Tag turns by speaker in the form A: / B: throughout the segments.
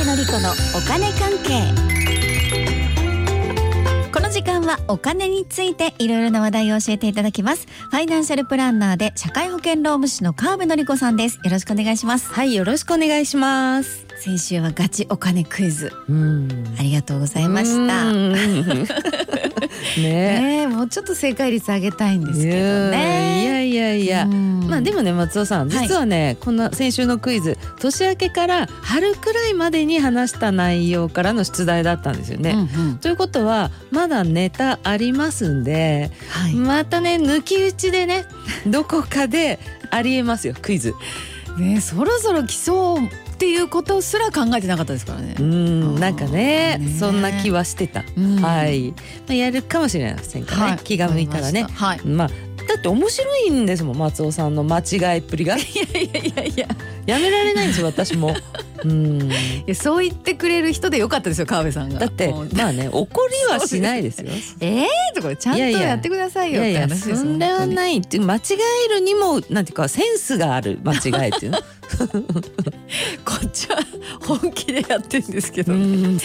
A: お金関係この時間はお金についていろいろな話題を教えていただきますファイナンシャルプランナーで社会保険労務士の川辺典子さんですよろしくお願いします
B: はい、よろしくお願いします。
A: 先週はガチお金クイズ
B: うん。
A: ありがとうございました
B: うん。ね
A: ねえもうちょっと正解率上げたいん
B: え。
A: ですけどね
B: いやいやいや。まあで
A: も
B: もね松尾さん
A: はい
B: 実はね、こんな先週のクイズ年明けから春くらいまでに話した内容からの出題だったんですよね。ということはまだネタありますんで
A: はい、
B: またね抜き打ちでね どこかでありえますよクイズ。
A: ねそろそろ来そうっていうことすら考えてなかったですからね
B: う。んなんかね
A: ねえ
B: そんな気はしてた。
A: うん
B: はい、まあ、やるかもしれませんからね、
A: はい
B: 気が向いたらね
A: わかりました
B: まあだって面白いんですもん松尾さんの間違いっぷりがい
A: はい。いやいやいやい
B: やめられないんですよ私 もうん
A: やそう言ってくれる人でよかったですよ川辺さんが。
B: だって
A: もう
B: まあね怒りはしないですよ
A: ええとかちゃんと
B: いやいや
A: やってください
B: い
A: よっ
B: やい
A: て
B: や
A: 話ですよ
B: それは
A: 本当に
B: ないって間違えるにもなんていうかセンスがあ る間違いっていうの
A: こっちは本気でやってるんですけど。
B: うん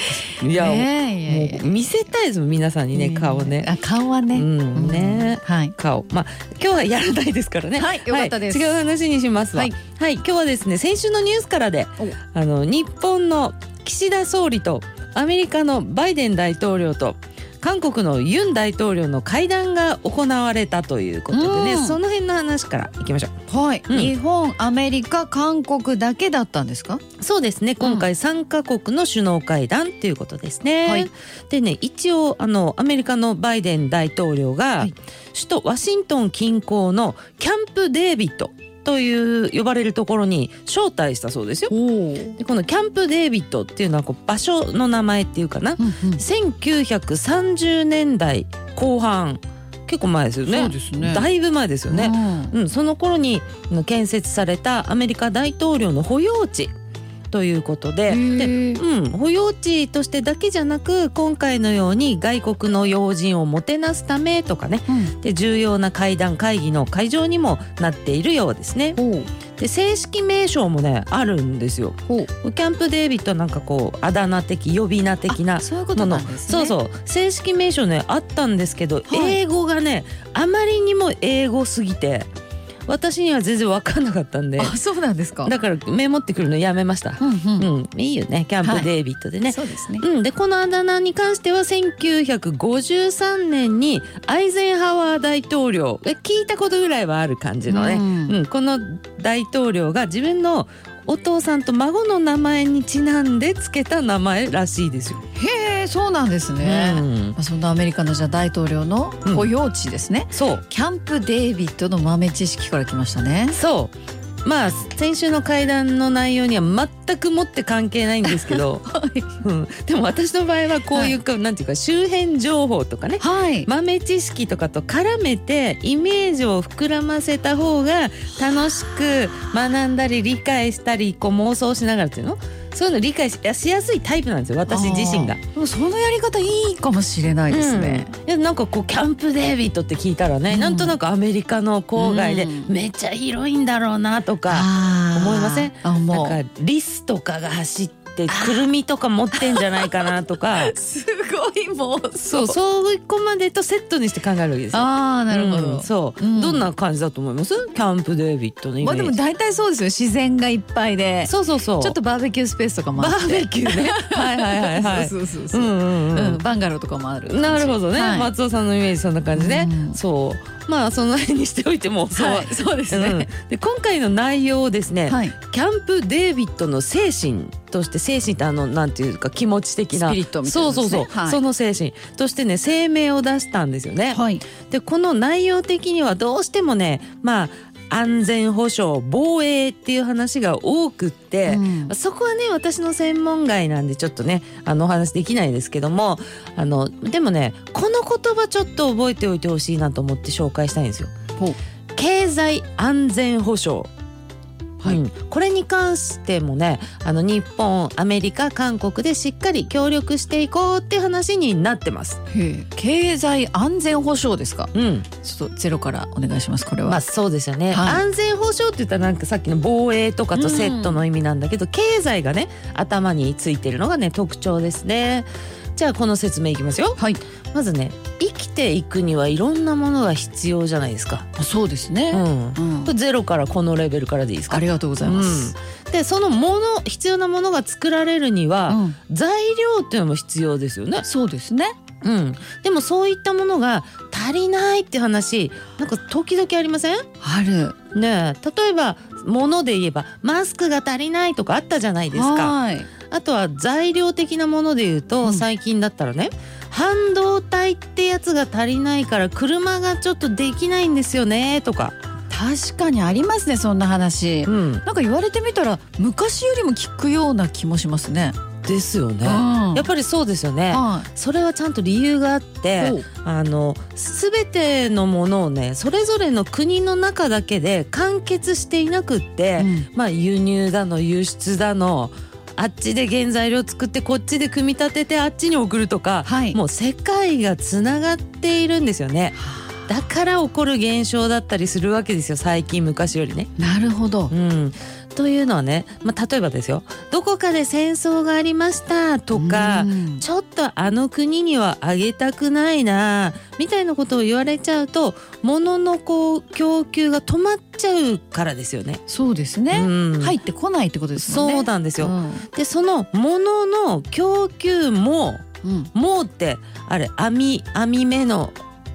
B: いや、
A: ねえいやいや
B: もう見せたいですもん皆さんにね顔ね
A: あ顔は
B: う
A: ね。
B: んね
A: うんはい。
B: 顔まあ今日はやらないですからね
A: はいよかったです
B: はい違う話にしますわ
A: は
B: はいい、今日はですね先週のニュースからで
A: お
B: あの日本の岸田総理とアメリカのバイデン大統領と韓国のユン大統領の会談が行われたということでね、
A: うん
B: その辺の話からいきましょ
A: はい。
B: うん
A: 日本アメリカ韓国だけだったんですか。
B: うそうですね今回3カ国の首脳会談ということですね、
A: はい
B: でね一応あのアメリカのバイデン大統領が、
A: はい
B: 首都ワシントン近郊のキャンプデービッドという呼ばれるところに招待したそうですよ
A: おお。
B: でこのキャンプデービッドっていうのはこう場所の名前っていうかな1930年代後半結構前ですよね
A: す
B: だいぶ前ですよね、うん、その頃にあの建設されたアメリカ大統領の保養地ということでで
A: で、
B: うん、保養地としてだけじゃなく今回のように外国の要人をもてなすためとかねで重要な会談会議の会場にもなっているようですね
A: ほう
B: で正式名称もねあるんですよ
A: ほう。
B: キャンプデービッドなんかこうあだ名的呼び名的な
A: そういうこ
B: も
A: と
B: の、
A: なんです
B: そ
A: ね。
B: うそう正式名称ねあったんですけど、
A: はい
B: 英語がねあまりにも英語すぎて私には全然分かんなかったんで
A: あ、そうなんですか。
B: だからメモってくるのやめました、
A: うんうん。
B: うん、いいよねキャンプデービッドでね、
A: そうですね。
B: うん、でこのあだ名に関しては1953年にアイゼンハワー大統領え聞いたことぐらいはある感じのね、うんこの大統領が自分のお父さんと孫の名前にちなんで付けた名前らしいですよ。
A: へえ、そうなんですね。ま
B: うん、
A: あそんなアメリカのじゃあ大統領の保養地ですね。
B: そう
A: キャンプデイビッドの豆知識から来ましたね。
B: そうまあ先週の会談の内容には全くもって関係ないんですけ ど、うん、でも私の場合はこういうか、なんていうか周辺情報とかね
A: はい。
B: 豆知識とかと絡めてイメージを膨らませた方が楽しく学んだり理解したりこう妄想しながらっていうのそういうの理解ししやすいタイプなんですよ私自身が
A: あ。ー。でもそのやり方いいかもしれないですね。
B: うんいやなんかこうキャンプデービッドって聞いたらね、
A: うん
B: なんとなくアメリカの郊外で
A: うん
B: めっちゃ広いんだろうなとか、
A: あー
B: 思いません。
A: あ、も
B: な
A: うん
B: かリスとかが走ってくるみとか持ってんじゃないかなとか
A: すごいもう。
B: そうそういう子までとセットにして考えるわけですよ。
A: ああ、なるほ
B: うん
A: ど。
B: そう、
A: うん
B: どんな感じだと思いますキャンプデービッドのイメ
A: ま
B: ー
A: あ
B: ジ、
A: でも大体そうですよ。自然がいっぱいで。
B: そうそうそう
A: ちょっとバーベキュースペースとかもあ
B: バ
A: って
B: ーベキューねはいはいはいはい
A: そうそ う
B: う
A: そうそ
B: んうん
A: う、
B: う
A: うんん、バンガローとかもある
B: なるほどね、
A: はい
B: 松尾さんのイメージそんな感じね、
A: うん
B: そうまあその辺にしておいてもそう、
A: はいそうです
B: うん
A: ね、
B: で今回の内容をですね、
A: はい
B: キャンプデービッドの精神として精神ってあのなんていうか気持ち的な
A: スピリットみたいなね
B: そうそうそう、
A: はい
B: その精神としてね声明を出したんですよね、
A: はい
B: でこの内容的にはどうしてもねまあ安全保障防衛っていう話が多くって、
A: うん
B: そこはね私の専門外なんでちょっとねあのお話できないですけどもあのでもねこの言葉ちょっと覚えておいてほしいなと思って紹介したいんですよ
A: ほう。
B: 経済安全保障
A: はい
B: うんこれに関してもねあの日本アメリカ韓国でしっかり協力していこうって話になってます。
A: へえ経済安全保障ですか
B: うん、
A: ちょっとゼロからお願いしますこれは、
B: まあそうですよね、
A: はい
B: 安全保障って言ったらなんかさっきの防衛とかとセットの意味なんだけど、経済がね頭についてるのがね特徴ですね。じゃあこの説明いきますよ。
A: はい
B: まずね生きていくにはいろんなものが必要じゃないですか。
A: そうです
B: う
A: ね、
B: ん
A: うん
B: これゼロからこのレベルからでいいですか
A: ありがとうございます、
B: うんでそのもの必要なものが作られるに
A: う
B: は、
A: ん
B: 材料っていうのも必要ですよね、
A: そうですね
B: うん、でもそういったものが足りないって話なんか時々ありません
A: ある
B: ねえ例えばもので言えばマスクが足りないとかあったじゃないですか
A: はい
B: あとは材料的なもので言うと、
A: うん
B: 最近だったらね半導体ってやつが足りないから車がちょっとできないんですよねとか、
A: 確かにありますねそんな話、
B: うん、
A: なんか言われてみたら昔よりも聞くような気もしますね、
B: ですよね
A: うん
B: やっぱりそうですよね、
A: は
B: それはちゃんと理由があっ
A: い
B: て
A: おう
B: あの全てのものをねそれぞれの国の中だけで完結していなくって、まあ輸入だの輸出だのあっちで原材料作ってこっちで組み立ててあっちに送るとか、
A: はい
B: もう世界がつながっているんですよねだから起こる現象だったりするわけですよ最近昔よりね。
A: なるほど
B: うん、というのはね、まあ、例えばですよどこかで戦争がありましたとか、
A: うん
B: ちょっとあの国にはあげたくないなみたいなことを言われちゃうと物のこう供給が止まっちゃうからですよね。
A: そうですね、
B: うん
A: 入ってこないってことですもんね
B: そう
A: で
B: なんですよ、
A: うん
B: でその物の供給も
A: うん
B: もうってあれ網網目の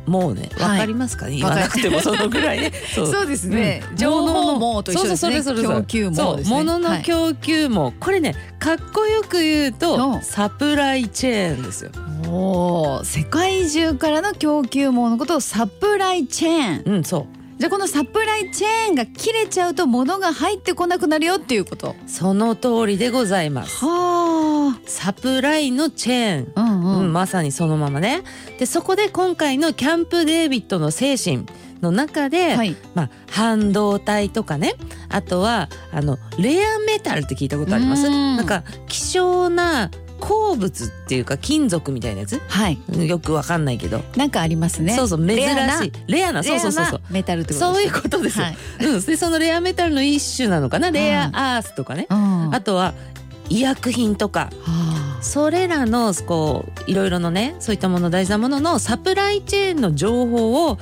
B: もうね
A: はい
B: わかりますかね、
A: わ
B: 言
A: か
B: わ
A: り
B: なくてもそのぐらい ねそう
A: そうですね、
B: うん
A: 情報網と一緒ですね
B: そうそうそれそれそれ
A: 供給
B: そ
A: 網
B: う
A: ですね
B: 物の供給も、これねかっこよく言う
A: う
B: と
A: ん
B: サプライチェーンですよ。
A: はいおー世界中からの供給網のことをサプライチェーン
B: うんそう
A: じゃあこのサプライチェーンが切れちゃうと物が入ってこなくなるよっていうこと
B: その通りでございます。
A: は
B: サプライのチェーン、
A: あうん
B: う
A: うんん、
B: まさにそのままねでそこで今回のキャンプ・デービッドの精神の中で、
A: はい
B: まあ、半導体とかねあとはあのレアメタルって聞いたことあります
A: うん
B: なんか希少な鉱物っていうか金属みたいなやつ
A: はい
B: うんよくわかんないけど、
A: なんかありますね
B: そうそう珍しい
A: レ
B: レ
A: ア
B: ア
A: な
B: なそうそうそうそう
A: レアなメタルってこと
B: そういう
A: こ
B: ことですよ、
A: はい
B: うん、でそのレアメタルの一種なのかなレ
A: うん
B: アアースとかね、
A: うん
B: あとは医薬品とか
A: はあ
B: それらのこういろいろのねそういったもの大事なもののサプライチェーンの情報を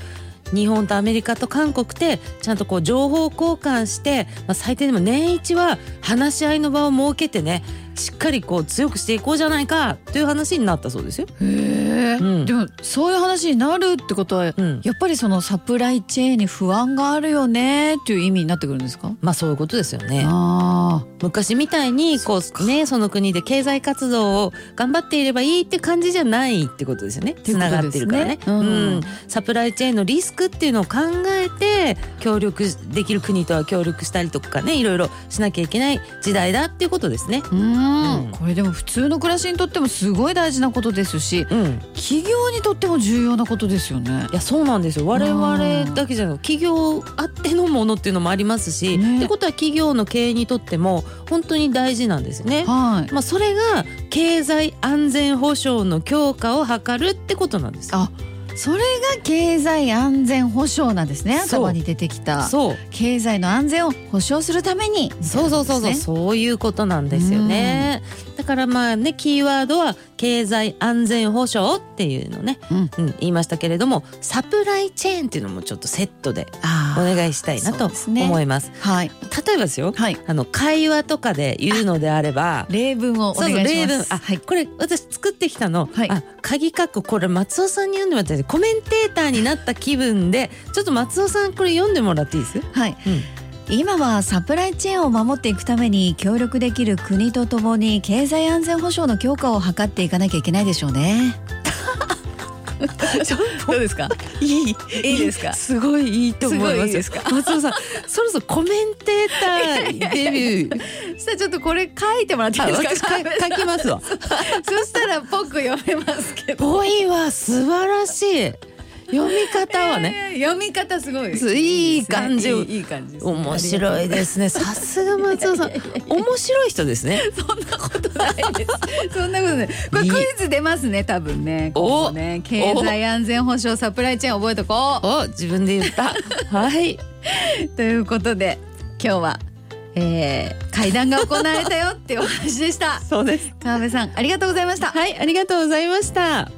B: 日本とアメリカと韓国でちゃんとこう情報交換して、まあ、最低でも年一は話し合いの場を設けてねしっかりこう強くしていこうじゃないかという話になったそうですよ。
A: へえ、
B: うん
A: でもそういう話になるってことは
B: うん、
A: やっぱりそのサプライチェーンに不安があるよねっていう意味になってくるんですか
B: まあそういうことですよね。
A: あ
B: 昔みたいにこうねその国で経済活動を頑張っていればいいって感じじゃないってことですよね
A: てい
B: つ
A: うことですね
B: ながってるからね
A: うん
B: うんサプライチェーンのリスクっていうのを考えて協力できる国とは協力したりとかねいろいろしなきゃいけない時代だっていうことですね。
A: あうん
B: うん
A: これでも普通の暮らしにとってもすごい大事なことですし
B: うん、
A: 企業にとっても重要なことですよね
B: いやそうなんですよ我々だけじゃなく企業あってのものっていうのもありますし、
A: ね
B: ってことは企業の経営にとっても本当に大事なんですよね。
A: はい
B: まあ、それが経済安全保障の強化を図るってことなんですよ。
A: あそれが経済安全保障なんですね
B: そう
A: 頭に出てきた
B: そう
A: 経済の安全を保障するために
B: そうそうそうそう、
A: みたいなことですね
B: そういうことなんですよね。だからまあねキーワードは経済安全保障っていうのね、
A: うん
B: うん、言いましたけれどもサプライチェーンっていうのもちょっとセットでお
A: あー
B: 願いしたいな
A: そ
B: と
A: うですね
B: 思います。
A: はい
B: 例えばですよ
A: はい
B: あの会話とかで言うのであれば。
A: 例文をお願いします
B: 例文あ、
A: はい
B: これ私作ってきたの、
A: はい
B: あ鍵括弧これ松尾さんに読んでもらっていいですかコメンテーターになった気分でちょっと松尾さんこれ読んでもらっていいです
A: はい、
B: うん
A: 今はサプライチェーンを守っていくために協力できる国とともに経済安全保障の強化を図っていかなきゃいけないでしょ うねどうですか
B: いい
A: いいですか
B: すごいいいと思います
A: すごいいいですか
B: 松尾 さんそろそろコメンテーターデビュー
A: さあちょっとこれ書いてもらっていい
B: あ
A: ですか
B: 私か書きますわ
A: そしたら僕読めますけど
B: 語彙は素晴らしい読み方はね、
A: えー読み方すごい
B: そういい感じ
A: いいいい感じですね
B: 面白いですねさすが松尾さん面白い人です ね
A: そんなことないです。そんなことない。これクイズ出ますね、多分ね。
B: お
A: 今後ね、経済安全保障サプライチェーン覚えとこ
B: お自分で言ったはい、。
A: う。ということで、今日は、えー、会談が行われたよっていうお話でした
B: そうです
A: 川辺さん、ありがとうございました。
B: はいありがとうございました